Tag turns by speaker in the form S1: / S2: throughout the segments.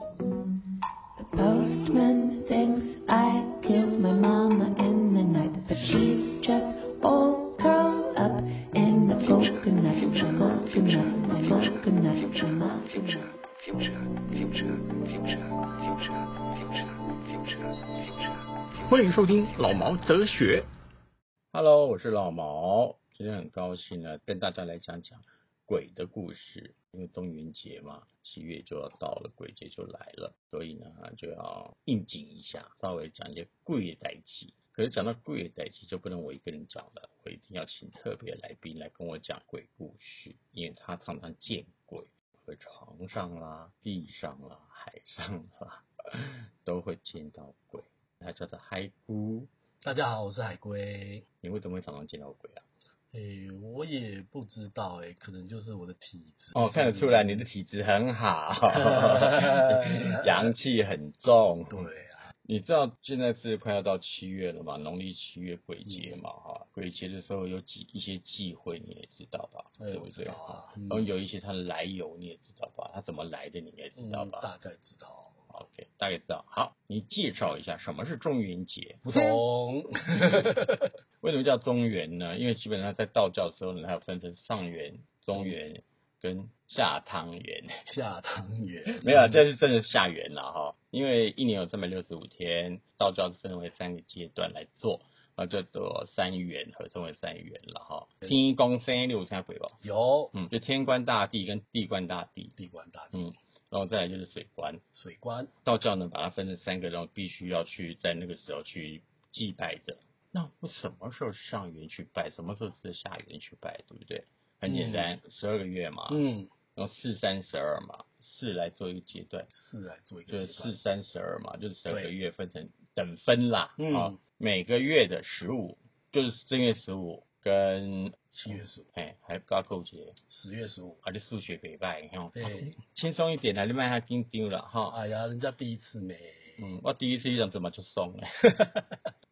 S1: The postman thinks I killed my mama in the night, but she's just all curled up in the coconut, coconut, coconut, coconut. Future, future, future, future, future, future, future.
S2: 欢迎收听老毛哲学。Hello，我是老毛，今天很高兴呢，跟大家来讲讲鬼的故事。因为中元节嘛，七月就要到了，鬼节就来了，所以呢就要应景一下，稍微讲一些鬼的代际。可是讲到鬼的代际，就不能我一个人讲了，我一定要请特别来宾来跟我讲鬼故事，因为他常常见鬼，会床上啦、地上啦、海上啦，都会见到鬼。他叫做嗨姑。
S3: 大家好，我是海龟。
S2: 你为什么会常常见到鬼啊？
S3: 诶、我也不知道诶、可能就是我的体质。
S2: 哦，看得出来你的体质很 好，阳气很重。
S3: 对啊，
S2: 你知道现在是快要到七月了嘛？农历七月鬼节嘛，
S3: 嗯
S2: 哈、鬼节的时候有几一些忌讳，你也知道吧？
S3: 哎
S2: 对不
S3: 我知
S2: 对？哦
S3: 道啊
S2: 然后有一些它的来由你也知道吧？它怎么来的你也知道
S3: 嗯，
S2: 吧、
S3: 大概知道。
S2: o k 大概知道。好，你介绍一下什么是中元节？
S3: 不懂，
S2: 为什么叫中原呢？因为基本上在道教的时候呢，它有分成上元、中元跟下汤圆。
S3: 下汤圆
S2: 没有，啊这是真的下元了哈。因为一年有三百六十五天，道教分为三个阶段来做，啊，叫做三元，合称为三元了哈。天公三六三鬼吧，
S3: 有
S2: 嗯，就天官大帝跟地官大帝，
S3: 地官大帝、
S2: 嗯，然后再来就是水官。
S3: 水官，
S2: 道教呢把它分成三个，然后必须要去在那个时候去祭拜的。那我什么时候是上元去拜，什么时候是下元去拜，对不对？很简单，十二、个月嘛，
S3: 嗯，
S2: 然后四三十二嘛，四来做一个阶段，
S3: 是来做一
S2: 就是
S3: 个阶
S2: 四
S3: 段。
S2: 三十二嘛，就是十二
S3: 对
S2: 个月分成等分啦，
S3: 嗯
S2: 啊，每个月的十五就是正月十五跟
S3: 七月十五，
S2: 哎，还高扣节，
S3: 十月十五。
S2: 还是数学北拜，你看哦，
S3: 对，
S2: 轻松一点啦，你卖下丢丢了哈。
S3: 哎呀，人家第一次没。
S2: 嗯，我第一次遇到怎么就松 了。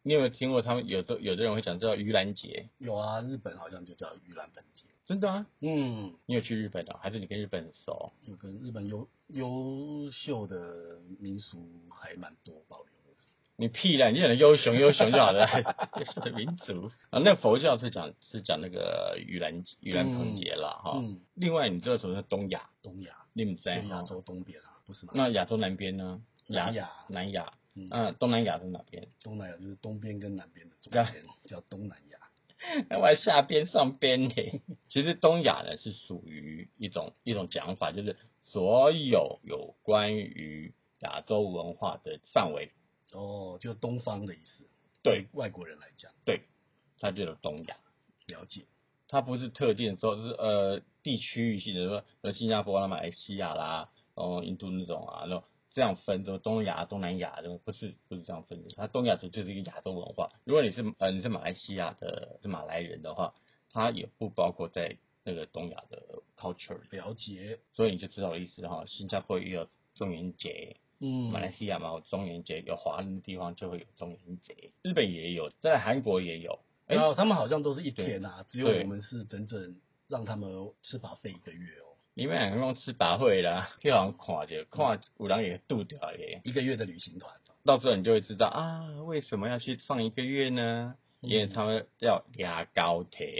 S2: 你有没有听过他们有的有的人会讲叫盂兰节？
S3: 有啊，日本好像就叫盂兰盆节。
S2: 真的啊？
S3: 嗯，
S2: 你有去日本的、哦还是你跟日本很熟？
S3: 就跟日本优优秀的民俗还蛮多保留的。
S2: 你屁啦！你讲的优雄优雄就好了， 优秀的民族啊。那佛教是讲是讲那个盂兰盂兰盆节啦，哈、
S3: 嗯，
S2: 另外，你知道什么是东亚？
S3: 东亚，
S2: 你们在
S3: 就亚
S2: 哈？
S3: 洲东边啊，不是吗？
S2: 哦那亚洲南边呢？
S3: 南亚
S2: 南亚，
S3: 嗯
S2: 嗯、东南亚在哪边？
S3: 东南亚就是东边跟南边的中
S2: 对
S3: 间，叫东南亚。
S2: 那我还下边上边呢。 其实东亚呢是属于一种一种讲法，就是所有有关于亚洲文化的范围，
S3: 哦，就东方的意思。
S2: 对，
S3: 外国人来讲，
S2: 它就有东亚。
S3: 了解。
S2: 它不是特定说，是呃地区域性的，说呃新加坡啦、马来西亚啦，哦印度那种啊，那种这样分，说东亚、东南亚，这种不是不是这样分的。它东亚族就是一个亚洲文化。如果你是呃你是马来西亚的是马来人的话，它也不包括在那个东亚的 culture 里。
S3: 了解，
S2: 所以你就知道我意思哈。新加坡也有中元节，
S3: 嗯
S2: 马来西亚嘛有中元节，有华人的地方就会有中元节，日本也有，在韩国也有。哎
S3: 然后他们好像都是一天啊，只有
S2: 对
S3: 我们是整整让他们吃法费一个月哦，
S2: 你们两个讲吃白会啦，去人看着，看有人也度掉耶。
S3: 一个月的旅行团。
S2: 到时候你就会知道啊，为什么要去放一个月呢？因为他们要压高铁。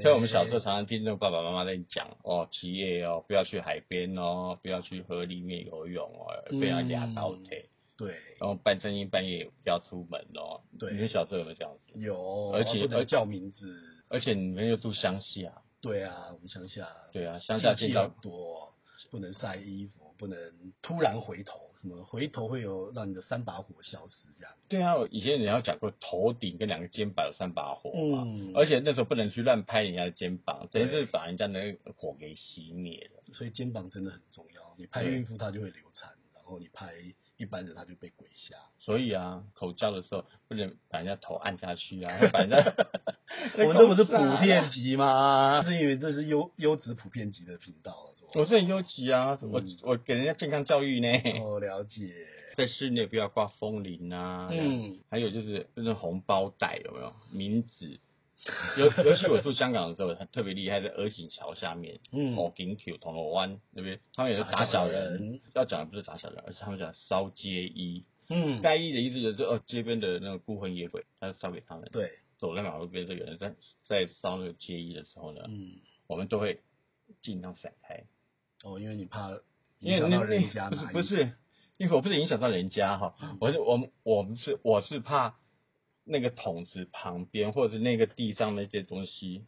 S2: 所以我们小时候常常听那个爸爸妈妈在讲哦，企业哦，不要去海边哦，不要去河里面游泳哦，不要压高铁。
S3: 对
S2: 然后半深夜半夜也不要出门哦。
S3: 对
S2: 你们小时候有没有这样子？
S3: 有，哦
S2: 而且
S3: 不
S2: 而
S3: 能叫名字。
S2: 而且你们又住乡下，
S3: 对啊，我们乡下
S2: 对啊，乡下
S3: 禁
S2: 见
S3: 忌
S2: 到
S3: 很多，不能晒衣服，不能突然回头，什么回头会有让你的三把火消失这样。
S2: 对啊，我以前人家讲过头顶跟两个肩膀有三把火嘛，
S3: 嗯
S2: 而且那时候不能去乱拍人家的肩膀，等于是
S3: 对
S2: 把人家的火给熄灭了。
S3: 所以肩膀真的很重要。你拍
S2: 对
S3: 孕妇她就会流产，然后你拍一般人她就被鬼吓。
S2: 所以啊，口交的时候不能把人家头按下去啊，会把人家
S3: 我们这不 是普
S2: 啊
S3: 遍级吗？是因为这是优优质普遍级的频道了，是吧
S2: 我是很优级啊，我
S3: 嗯
S2: 我给人家健康教育呢，
S3: 哦，了解。
S2: 在室内不要挂风铃啊，
S3: 嗯，
S2: 还有就是就是红包袋有没有？名字尤尤其我住香港的时候，他特别厉害，在鹅颈桥下面，
S3: 嗯
S2: 哦，景桥、铜锣湾那边，他们也是打小人。要讲的不是打小人，而是他们讲烧街衣。
S3: 嗯，
S2: 该衣的意思就是哦，街边的那个孤魂野鬼，他烧给他们。，
S3: 对，
S2: 走在马路边的有人在在烧那个街衣的时候呢，
S3: 嗯，
S2: 我们都会尽量闪开，
S3: 哦，因为你怕
S2: 因
S3: 影
S2: 为
S3: 响
S2: 那
S3: 到人家嗯
S2: 不是
S3: 拿
S2: 不
S3: 衣服，
S2: 是，因为我不是影响到人家哈，我是我们我们是我是怕那个桶子旁边或者是那个地上那些东西。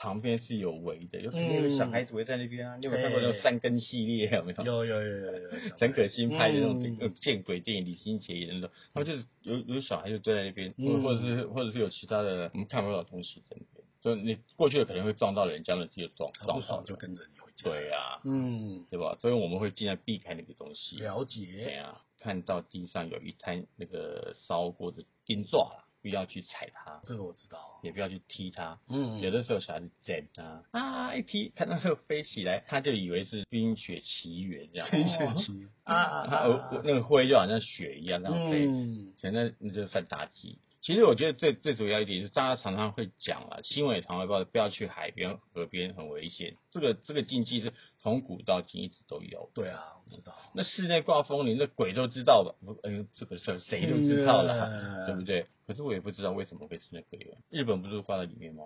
S2: 旁边是有围的，有可能有小孩子围在那边啊。你有没有看过那种
S3: 哎
S2: 三根系列啊有没有？
S3: 嗯有有有有有有，
S2: 陈可辛拍的那种
S3: 嗯
S2: 那种见鬼电影，李心洁演的那种，他们就是有有小孩就坐在那边，
S3: 嗯
S2: 或者是或者是有其他的我们看不到的东西在那边，所以你过去了可能会撞到人家了，就撞
S3: 他
S2: 撞
S3: 啊不
S2: 到
S3: 爽就
S2: 了。
S3: 跟着你回家，
S2: 对呀、
S3: 嗯，
S2: 对吧？所以我们会尽量避开那个东西。啊对
S3: 了解，
S2: 哎呀、看到地上有一滩那个烧锅的金爪啦，不要去踩它，
S3: 这个我知道，
S2: 也不要去踢它。
S3: 嗯，
S2: 有的时候小孩子整啊啊一踢，看到那个飞起来，他就以为是《冰雪奇缘》这样。
S3: 天选奇
S2: 啊啊啊！我那个灰就好像雪一样那样飞，
S3: 嗯，
S2: 所以那那就是反打击。其实我觉得最最主要一点是，大家常常会讲啊，新闻也常会报，不要去海边、河边，很危险。这个这个禁忌是从古到今一直都有。
S3: 对啊，我知道，
S2: 那室内挂风铃，那鬼都知道吧？不哎呦，这个事儿谁都知道了，
S3: 嗯
S2: 对不对？可是我也不知道为什么会是那个耶。日本不是挂在里面吗？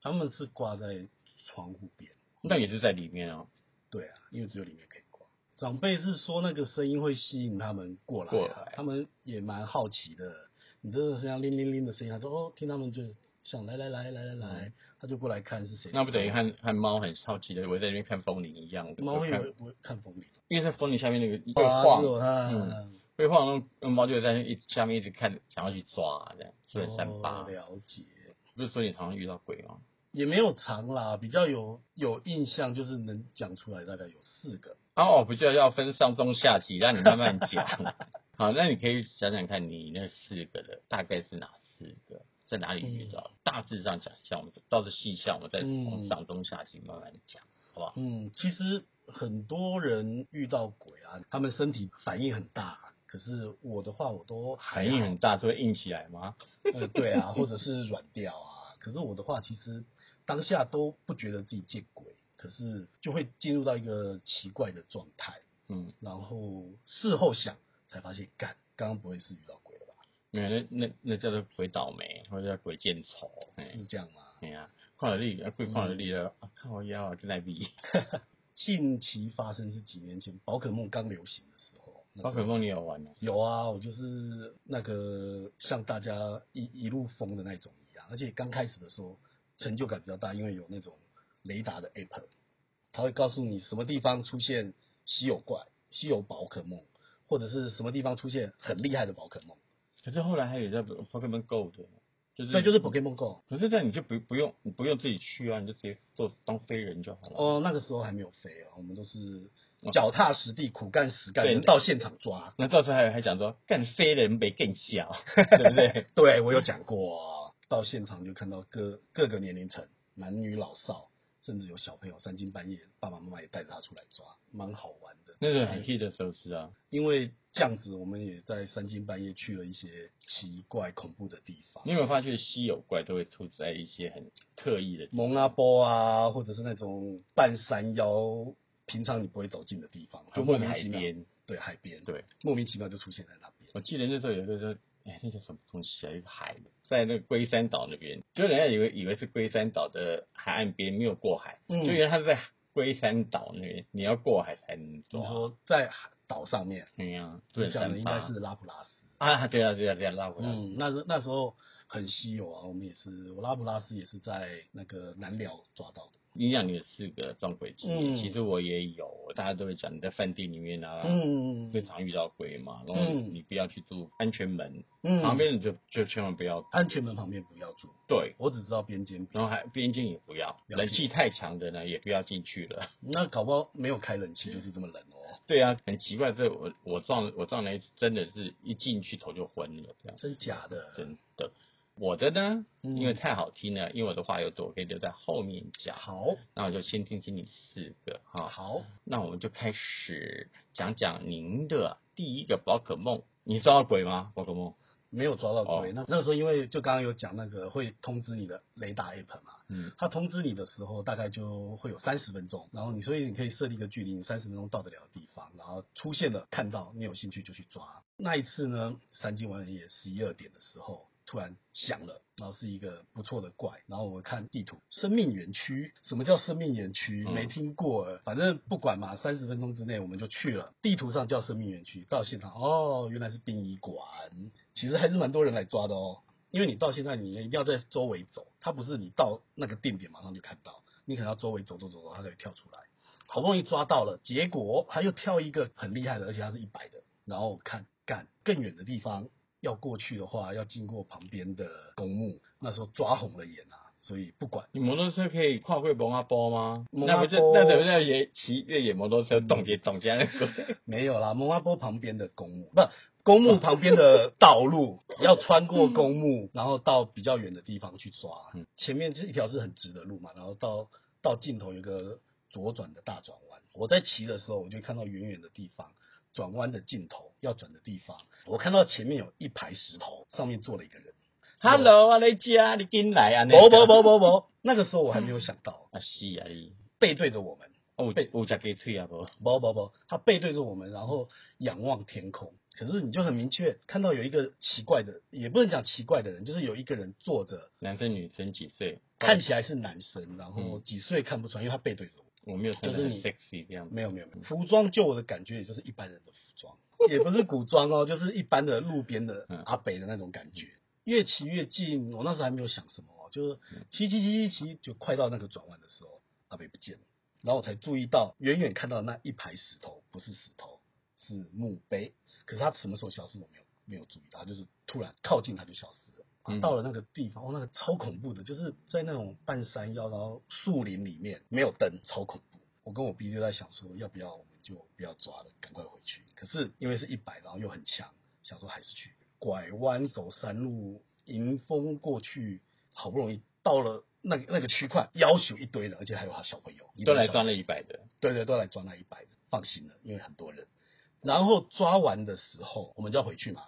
S3: 他们是挂在窗户边，
S2: 那也是在里面啊。
S3: 对啊，因为只有里面可以挂。长辈是说那个声音会吸引他们过来、啊，
S2: 过来
S3: 他们也蛮好奇的。你真的是像铃铃铃的声音，他说哦，听他们就想来来来来来来，他就过来看是谁。
S2: 那不等于和和猫很好奇的围在那边看风铃一样？
S3: 猫会
S2: 看，
S3: 有会看风铃，
S2: 因为在风铃下面那个会晃，
S3: 啊
S2: 嗯会晃，那那猫就会在那一下面一直看，想要去抓这样，就很三八。
S3: 哦了解。
S2: 不是说你常常遇到鬼吗？
S3: 也没有长啦，比较有有印象，就是能讲出来大概有四个。
S2: 哦，不就要分上中下集，让你慢慢讲。 好，那你可以想想看，你那四个的大概是哪四个，在哪里遇到？大致上讲一下，我们到这细项，我们再从
S3: 嗯
S2: 上中下集慢慢讲，好不好？
S3: 嗯，其实很多人遇到鬼啊，他们身体反应很大，可是我的话我都还
S2: 反应
S3: 好
S2: 很大，就会硬起来吗？
S3: 呃，对啊， 或者是软掉啊。可是我的话，其实当下都不觉得自己见鬼，可是就会进入到一个奇怪的状态，
S2: 嗯，
S3: 然后事后想才发现，干，刚刚不会是遇到鬼了吧？
S2: 没有，那那那叫做鬼倒霉，或者叫鬼见愁。哎
S3: 是这样吗？
S2: 哎呀，看了你，啊鬼看了你了，啊，看我腰啊，真来比。
S3: 近期发生是几年前宝可梦刚流行的时候，那时
S2: 宝
S3: 候
S2: 可梦你有玩吗？
S3: 有啊，我就是那个像大家一一路疯的那种一样，而且刚开始的时候成就感比较大，因为有那种雷达的 app，它会告诉你什么地方出现稀有怪、稀有宝可梦，或者是什么地方出现很厉害的宝可梦。
S2: 可是后来还有叫 Pokemon Go 的，就是
S3: 对，就是 Pokemon Go。
S2: 可是那你就不不用你不用自己去啊，你就直接做当飞人就好了。，
S3: 哦，那个时候还没有飞哦，我们都是脚踏实地、苦干实干，
S2: 哦对
S3: 能到现场抓。
S2: 那到时候还还讲说干飞人没更小， 对不对？
S3: 对我有讲过，到现场就看到各各个年龄层，男女老少，甚至有小朋友三更半夜，爸爸妈妈也带着他出来抓，蛮好玩的。哎
S2: 那是很 hit 的手势啊，
S3: 因为这样子，我们也在三更半夜去了一些奇怪恐怖的地方
S2: 你，有没有发觉稀有怪都会出在一些很特异的地
S3: 蒙阿波啊，或者是那种半山腰，平常你不会走近的地方，就
S2: 方，
S3: 莫
S2: 或者
S3: 名
S2: 海
S3: 其妙，
S2: 边。
S3: 对海边，
S2: 对，哦
S3: 莫名其妙就出现在那边。
S2: 我记得那时候有一个说，哎，那叫什么东西啊？一个海，在那个龟山岛那边，就人家以为以为是龟山岛的海岸边，没有过海，
S3: 嗯
S2: 就因为它是在龟山岛那边，你要过海才能
S3: 你
S2: 抓。
S3: 说在海岛上面，
S2: 哎呀，
S3: 你
S2: 对，
S3: 讲的应该是拉普拉斯。
S2: 啊，对啊，对啊，对啊，拉回来。
S3: 嗯，那时那时候很稀有啊，我们也是，我拉布拉斯也是在那个南寮抓到的。
S2: 你讲你有四个撞鬼经验，
S3: 嗯
S2: 其实我也有，大家都会讲你在饭店里面啊，
S3: 嗯
S2: 最常遇到鬼嘛，然后
S3: 嗯
S2: 你不要去住安全门、
S3: 嗯
S2: 旁边，你就就千万不要
S3: 安全门旁边不要住，
S2: 对，
S3: 我只知道边间
S2: 然
S3: 边，
S2: 后还边境也不要，
S3: 了解
S2: 冷气太强的呢也不要进去了。
S3: 那搞不好没有开冷气就是这么冷哦，
S2: 对啊，很奇怪，这我我撞我撞了一次，真的是一进去头就昏了，这样
S3: 真假的？
S2: 真的。我的呢，
S3: 嗯
S2: 因为太好听了，因为我的话有朵可以留在后面讲，
S3: 好，
S2: 那我就先听听你四个哈。
S3: 好，
S2: 那我们就开始讲讲您的第一个宝可梦。你知道鬼吗？宝可梦
S3: 没有抓到龟。
S2: 哦
S3: 那那个时候因为就刚刚有讲那个会通知你的雷达 app 嘛，
S2: 嗯，
S3: 它通知你的时候大概就会有三十分钟，然后你所以你可以设定一个距离，你三十分钟到得了的地方，然后出现了看到你有兴趣就去抓。那一次呢，三金完也十一二点的时候。突然响了，然后是一个不错的怪，然后我看地图，生命园区，什么叫生命园区？
S2: 嗯
S3: 没听过，反正不管嘛，三十分钟之内我们就去了。地图上叫生命园区，到现场哦，原来是殡仪馆，其实还是蛮多人来抓的哦。因为你到现在你一定要在周围走，它不是你到那个定点马上就看到，你可能要周围走走走走，它才会跳出来。好不容易抓到了，结果它又跳一个很厉害的，而且它是一百的，然后我看干更远的地方要过去的话，要经过旁边的公墓，那时候抓红了眼啊，所以不管。
S2: 你摩托车可以跨过蒙阿波吗？
S3: 蒙
S2: 那
S3: 阿
S2: 不是
S3: 波嗯
S2: 那等于在也骑越野摩托车动节动节那 个？
S3: 没有啦，蒙阿波旁边的公墓，不，公墓旁边的道路要穿过公墓，然后到比较远的地方去抓
S2: 嗯。
S3: 前面是一条是很直的路嘛，然后到到尽头有个左转的大转弯。我在骑的时候，我就看到远远的地方，转弯的尽头要转的地方，我看到前面有一排石头，上面坐了一个人。
S2: Hello，我在家，你进来啊？
S3: 不不不不不，那个时候我还没有想到，
S2: 啊是啊你，
S3: 背对着我们，
S2: 哦有有食鸡腿啊不？
S3: 不不不，他背对着我们，然后仰望天空。可是你就很明确看到有一个奇怪的，也不能讲奇怪的人，就是有一个人坐着，
S2: 男生女生几岁？
S3: 看起来是男生，然后几岁看不出来，因为他背对着我。
S2: 我没有穿的
S3: 就是
S2: 很
S3: 你
S2: sexy 这样子。
S3: 没有没有没有，服装就我的感觉，也就是一般人的服装，也不是古装哦， 就是一般的路边的
S2: 嗯
S3: 阿北的那种感觉。越骑越近，我那时候还没有想什么哦，就是骑骑骑骑骑，就快到那个转弯的时候，阿北不见了，然后我才注意到远远看到那一排石头，不是石头，是墓碑。可是他什么时候消失，我没有没有注意到，他就是突然靠近他就消失了。啊
S2: 嗯
S3: 到了那个地方，哦，那个超恐怖的，就是在那种半山腰，然后树林里面没有灯，超恐怖。我跟我 B 就在想说，要不要我们就不要抓了，赶快回去。可是因为是一百，然后又很强，想说还是去拐弯走山路，迎风过去，好不容易到了那个那个区块，要求一堆人，而且还有他小朋友，
S2: 都来
S3: 一堆小朋友
S2: 装了一百的，
S3: 对对，都来抓那一百的，放心了，因为很多人。然后抓完的时候，我们就要回去嘛。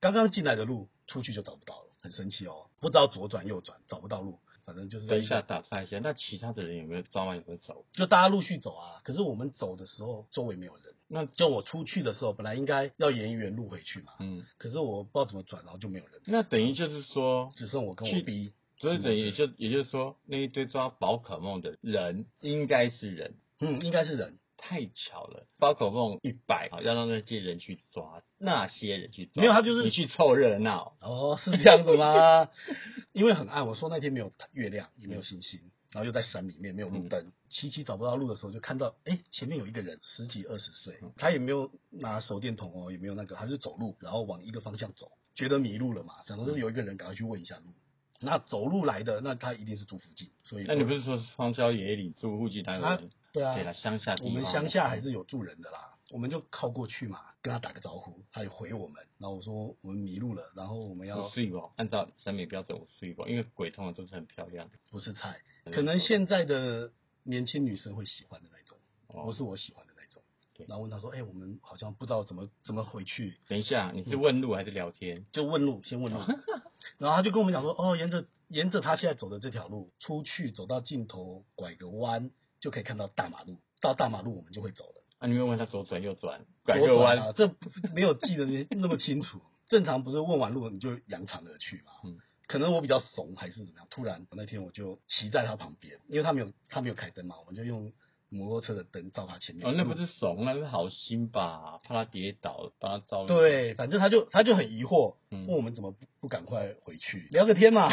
S3: 刚刚进来的路，出去就找不到了，很生气哦，不知道左转右转，找不到路，反正就是在
S2: 等一下，打岔一下，那其他的人有没有抓完有没有走？
S3: 就大家陆续走啊。可是我们走的时候，周围没有人。
S2: 那
S3: 就我出去的时候，本来应该要沿原路回去嘛，
S2: 嗯，
S3: 可是我不知道怎么转，然后就没有人，
S2: 那等于就是说，
S3: 只剩我跟我
S2: 去
S3: B，
S2: 所以等于也就也就是说，那一堆抓宝可梦的人应该是人，
S3: 嗯，应该是人，
S2: 太巧了，宝可梦一百，啊好要让那些人去抓那些人去抓，
S3: 没有他就是
S2: 你去凑热闹，
S3: 哦，是这样 子吗？因为很暗，我说那天没有月亮，也没有星星，然后又在山里面，没有路
S2: 嗯
S3: 灯，七七找不到路的时候，就看到哎、诶前面有一个人，十几二十岁，
S2: 嗯
S3: 他也没有拿手电筒哦，也没有那个，他是走路，然后往一个方向走，觉得迷路了嘛，想说有一个人赶快去问一下路。那走路来的，那他一定是住附近，所以
S2: 嗯那你不是说是荒郊野岭住户籍单
S3: 啊
S2: 人？
S3: 对啊
S2: 对，了，乡下地
S3: 我
S2: 方
S3: 们乡下还是有住人的啦，我们就靠过去嘛，跟他打个招呼，他也回我们，然后我说我们迷路了，然后我们
S2: 五
S3: 要
S2: 岁哦，按照审美标准五岁哦，因为鬼通常都是很漂亮的，
S3: 不是菜，可能现在的年轻女生会喜欢的那种，
S2: 哦
S3: 不是我喜欢的那种
S2: 对。
S3: 然后问他说：“哎、我们好像不知道怎么怎么回去，
S2: 等一下，你
S3: 嗯
S2: 是问路还是聊天？
S3: 就问 路，先问路。”然后他就跟我们讲说：“哦，沿着沿着他现在走的这条路出去，走到尽头拐个弯就可以看到大马路，到大马路我们就会走了。
S2: 啊，你没有问他左转右转，拐
S3: 左
S2: 个
S3: 转
S2: 弯，
S3: 啊，这不没有记得那那么清楚。 正常不是问完路你就扬长而去嘛？
S2: 嗯
S3: 可能我比较怂还是怎么样，突然那天我就骑在他旁边，因为他没有他没有开灯嘛，我们就用摩托车的灯照他前面。
S2: 哦，那不是怂，那是好心吧？怕他跌倒，帮他照应。
S3: 对，反正他就他就很疑惑，
S2: 嗯
S3: 问我们怎么不不赶快回去聊个天 嘛？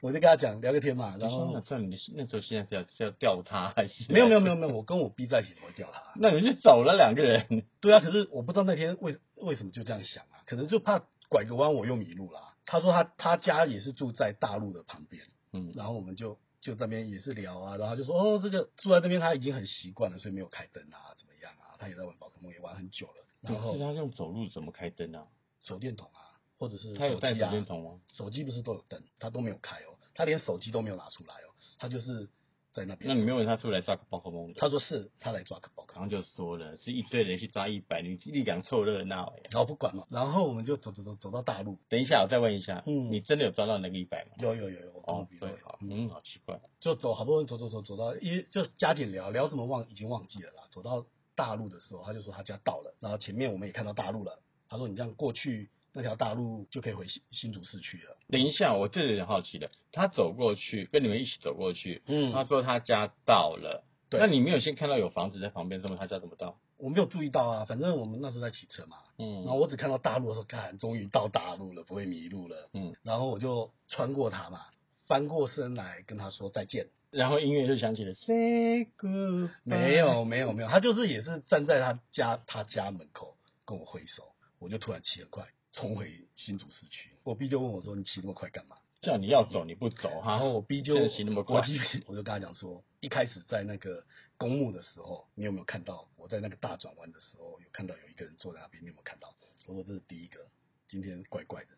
S3: 我就跟他讲聊个天嘛，
S2: 然
S3: 然
S2: 后
S3: 后
S2: 那算你那时候现在是要是要吊他还是？
S3: 没有没有没 有，没有，我跟我 B 在一起怎么会掉他？
S2: 那你们就走了两个人。
S3: 对啊，可是我不知道那天为为什么就这样想啊，可能就怕拐个弯我又迷路啦。他说他他家也是住在大陆的旁边，
S2: 嗯，
S3: 然后我们就就在那边也是聊啊，然后他就说哦，这个住在那边他已经很习惯了，所以没有开灯啊，怎么样啊？他也在玩宝可梦，也玩很久了，
S2: 可
S3: 然后
S2: 是他啊用走路怎么开灯啊？
S3: 手电筒啊，或者是
S2: 他有
S3: 手
S2: 带
S3: 机
S2: 手
S3: 啊，
S2: 电筒吗？
S3: 手机不是都有灯，他都没有开哦，他连手机都没有拿出来哦，他就是在那边。
S2: 那你没有问他出来抓个宝可梦的，
S3: 他说是他来抓个宝可
S2: 然
S3: 梦，
S2: 后就说了，是一堆人去抓一百，你力量凑热闹哎。
S3: 然后不管嘛，然后我们就走走走走到大陆，
S2: 等一下，我再问一下，
S3: 嗯
S2: 你真的有抓到那个一百吗？
S3: 有有有有，我帮我
S2: 哦
S3: 比，对
S2: 对，好，嗯，好奇怪，
S3: 就走，好不容易走走走走到，因为就是加点聊聊什么忘已经忘记了啦。走到大陆的时候，他就说他家到了，然后前面我们也看到大陆了。他说你这样过去那条大路就可以回新新竹市区了。
S2: 等一下，我这里有点好奇的，他走过去跟你们一起走过去，
S3: 嗯
S2: 他说他家到了，
S3: 对
S2: 那你没有先看到有房子在旁边，说明他家怎么到？
S3: 我没有注意到啊，反正我们那时候在骑车嘛，
S2: 嗯，
S3: 然后我只看到大陆，我说看，终于到大陆了，不会迷路了。
S2: 嗯，
S3: 然后我就穿过它嘛，翻过身来跟他说再见。
S2: 然后音乐就响起了，Say goodbye，
S3: 没，
S2: 哎
S3: 有没有没有，他就是也是站在他家他家门口跟我挥手，我就突然骑很快冲回新竹市区。我 B 就问我说：“你骑那么快干嘛
S2: 叫你要走你不走？”哈，
S3: 然后我 B 就
S2: 真的骑那么快
S3: 我 B 我就跟他讲说，一开始在那个公墓的时候，你有没有看到我在那个大转弯的时候有看到有一个人坐在那边？你有没有看到？我说这是第一个，今天怪怪的。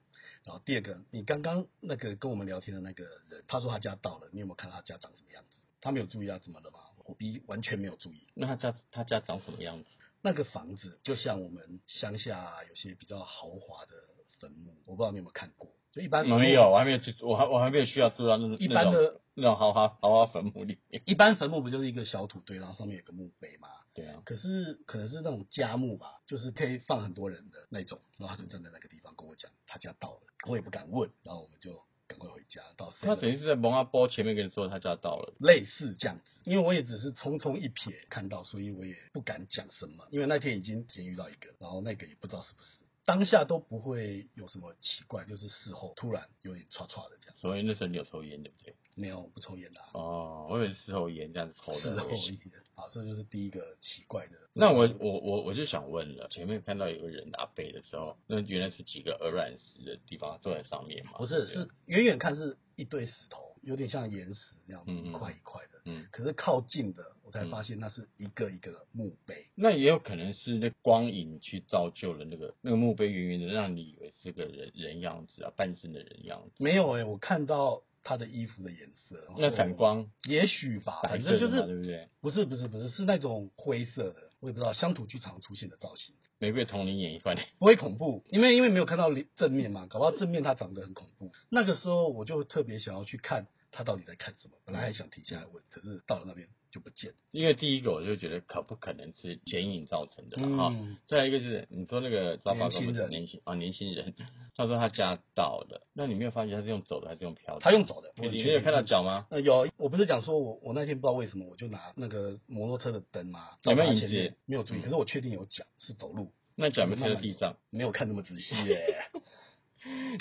S3: 然后第二个，你刚刚那个跟我们聊天的那个人，他说他家到了，你有没有看他家长什么样子？他没有注意他怎么了吗？我 B 完全没有注意。
S2: 那他家他家长什么样子？
S3: 那个房子就像我们乡下有些比较豪华的坟墓，我不知道你有没有看过，就一般坟墓
S2: 没有，我还没有去，我还我还没有需要住到那种
S3: 一般
S2: 那种
S3: 的
S2: 那种豪华豪华坟墓里面。
S3: 一般坟墓不就是一个小土堆，然后上面有个墓碑嘛？
S2: 对啊，
S3: 可是可能是那种家墓吧，就是可以放很多人的那种，然后他就站在那个地方跟我讲他家到了，我也不敢问，然后我们就赶快回家到
S2: 他等
S3: seven。
S2: 于是在蒙阿波前面跟你说他家到了，
S3: 类似这样子，因为我也只是匆匆一瞥看到，所以我也不敢讲什么。因为那天已经已经遇到一个，然后那个也不知道是不是，当下都不会有什么奇怪，就是事后突然有点歘歘的这样。
S2: 所以那时候你有抽烟对不对？
S3: 没有，我不抽烟的、啊，
S2: 哦，我以为是事后烟这样子抽
S3: 事
S2: 的
S3: 后
S2: 而已。
S3: 一点。好，这就是第一个奇怪的。
S2: 那我我我我就想问了，前面看到有个人拿背的时候，那原来是几个鹅卵石的地方坐在上面嘛？
S3: 不是，
S2: 对
S3: 是远远看是一堆石头，有点像岩石那样，
S2: 嗯嗯
S3: 一块一块的。
S2: 嗯，
S3: 可是靠近的，我才发现那是一个一个的墓碑。
S2: 那也有可能是那光影去造就了那个那个墓碑圆圆的，让你以为是个人人样子啊，半身的人样子。
S3: 没有哎、我看到他的衣服的颜色，然后
S2: 那反光
S3: 也许吧，
S2: 白
S3: 反
S2: 色
S3: 正就
S2: 的嘛，对
S3: 是
S2: 不对？
S3: 不是不是不是是那种灰色的，我也不知道乡土剧常出现的造型，
S2: 玫瑰同林演一块，
S3: 不会恐怖，因为因为没有看到里正面嘛，搞不好正面它长得很恐怖。那个时候我就特别想要去看他到底在看什么，本来还想停下来问，可是到了那边就不见了。
S2: 因为第一个我就觉得可不可能是剪影造成的嘛哈、再一个就是你说那个抓包
S3: 嗯年轻
S2: 公
S3: 人
S2: 年轻啊、年轻人，他说他家到了，那你没有发觉他是用走的还是用飘的？
S3: 啊他用走的，
S2: 你
S3: 我
S2: 你
S3: 觉
S2: 没
S3: 得
S2: 有看到脚吗？
S3: 呃，有，我不是讲说我我那天不知道为什么，我就拿那个摩托车的灯嘛，
S2: 有没有
S3: 照它
S2: 影
S3: 前
S2: 子
S3: 面没有注意，
S2: 嗯
S3: 可是我确定有脚，是走路，
S2: 那脚没贴在地上，
S3: 没有看那么 仔细耶。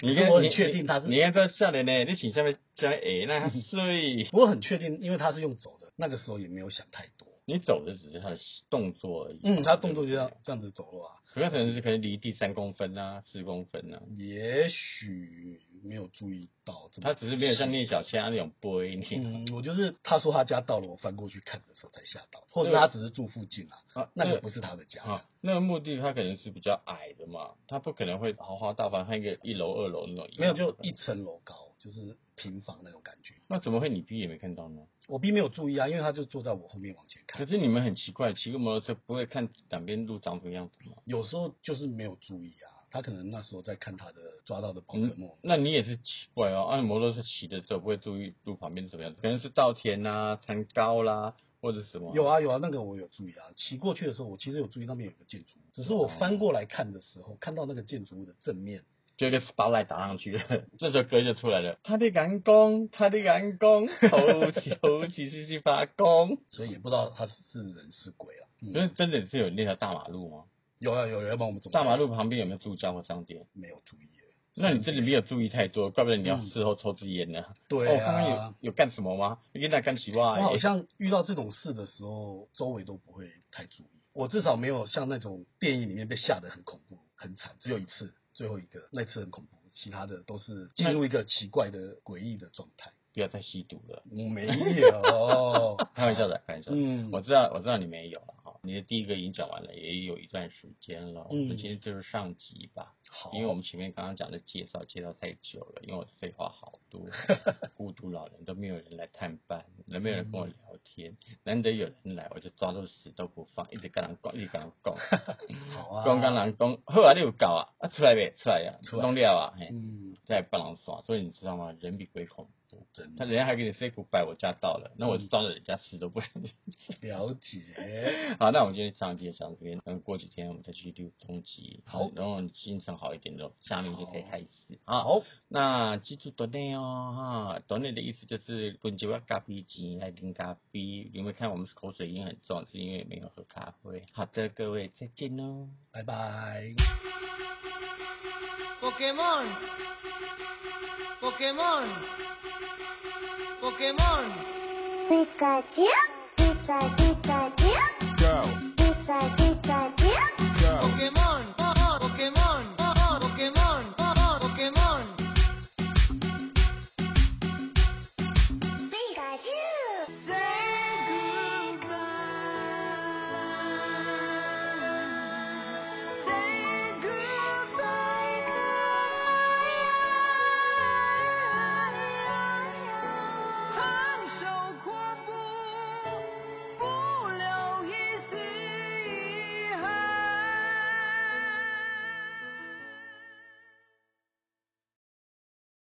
S2: 你
S3: 可
S2: 看
S3: 是我
S2: 你
S3: 很确定他是
S2: 你看这下脸呢，你请下面加诶，那他睡，
S3: 不过很确定，因为他是用走的，那个时候也没有想太多。
S2: 你走的只是他的动作而已。
S3: 嗯，他动作就这
S2: 样，
S3: 样这样子走路啊，
S2: 可能可能可能离地三公分啊，四公分啊，
S3: 也许没有注意到这么
S2: 他
S3: 细。
S2: 只是没有像聂小倩啊那种波音。
S3: 嗯，我就是他说他家到了，我翻过去看的时候才吓到，或者是他只是住附近啊，
S2: 啊，
S3: 那个
S2: 个
S3: 不是他的家。
S2: 啊，那个墓地它可能是比较矮的嘛，它不可能会豪华大房，它一个一楼二楼那种。
S3: 没有，就一层楼高，就是平房那种感觉。
S2: 那怎么会你弟也没看到呢？
S3: 我并没有注意啊，因为他就坐在我后面往前
S2: 可
S3: 看，
S2: 是你们很奇怪，骑个摩托车不会看两边路长什么样子吗？
S3: 有时候就是没有注意啊。他可能那时候在看他的抓到的宝可梦，
S2: 那你也是奇怪哦，按、摩托车骑的时候不会注意路旁边是什么样子，可能是稻田啦、山高啦，或者什么。
S3: 有，啊有啊，那个我有注意啊。骑过去的时候，我其实有注意那边有个建筑物，只是我翻过来看的时候，看到那个建筑物的正面，
S2: 就一个 spotlight 打上去了，这首歌就出来了。他的眼光，他的眼光，好奇好奇是是发光。
S3: 所以也不知道它是是人是鬼啊。
S2: 可是
S3: 嗯，
S2: 真的是有那条大马路吗？
S3: 有啊有啊，要不然我们怎么
S2: 大马路旁边有没有住家或商店？
S3: 没有注意耶？
S2: 那你真的没有注意太多，怪不得你要
S3: 嗯
S2: 事后抽支烟呢。
S3: 对
S2: 哦，刚刚
S3: 啊
S2: 有，有干什么吗？你跟他干起哇、
S3: 我好像遇到这种事的时候，周围都不会太注意。我至少没有像那种电影里面被吓得很恐怖、很惨，只有一次，最后一个那次很恐怖，其他的都是进入一个奇怪的诡异的状态。
S2: 不要再吸毒了。
S3: 我没有，
S2: 开玩笑的，开玩笑的。
S3: 嗯
S2: 我知道，我知道你没有了哈。你的第一个已经讲完了，也有一段时间了。
S3: 嗯
S2: 这其实就是上集吧，
S3: 好，
S2: 因为我们前面刚刚讲的介绍介绍太久了，因为我废话好多，孤独老人都没有人来探班。那没有人跟我聊天，难得有人来，我就抓住死都不放，一直跟人讲，一直跟人讲，
S3: 好啊，
S2: 讲跟人讲，好啊，你有搞啊，啊出来呗，出来呀、
S3: 出来
S2: 弄掉啊，嘿，
S3: 嗯，
S2: 再帮人耍，所以你知道吗？人比鬼恐怖，
S3: 真
S2: 他
S3: 的
S2: 人家还给你 say goodbye，我家到了，那我抓着人家死都不放。
S3: 了解，
S2: 好，那我们今天上集就讲到这边，嗯，过几天我们再去溜中集，
S3: 好
S2: 然后你心情好一点之后，下面就可以开始啊。
S3: 好，
S2: 那记住 donate 哦，哈，donate 的意思就是滚酒要咖啡机来淋咖啡，你们看我们口水音很重，是因为没有喝咖啡。好的，各位再见喽。
S3: 拜拜。
S4: Pokémon. Pokémon. Pokémon.
S5: Pikachu, Pikachu, Pikachu,
S2: Go。
S5: Pikachu,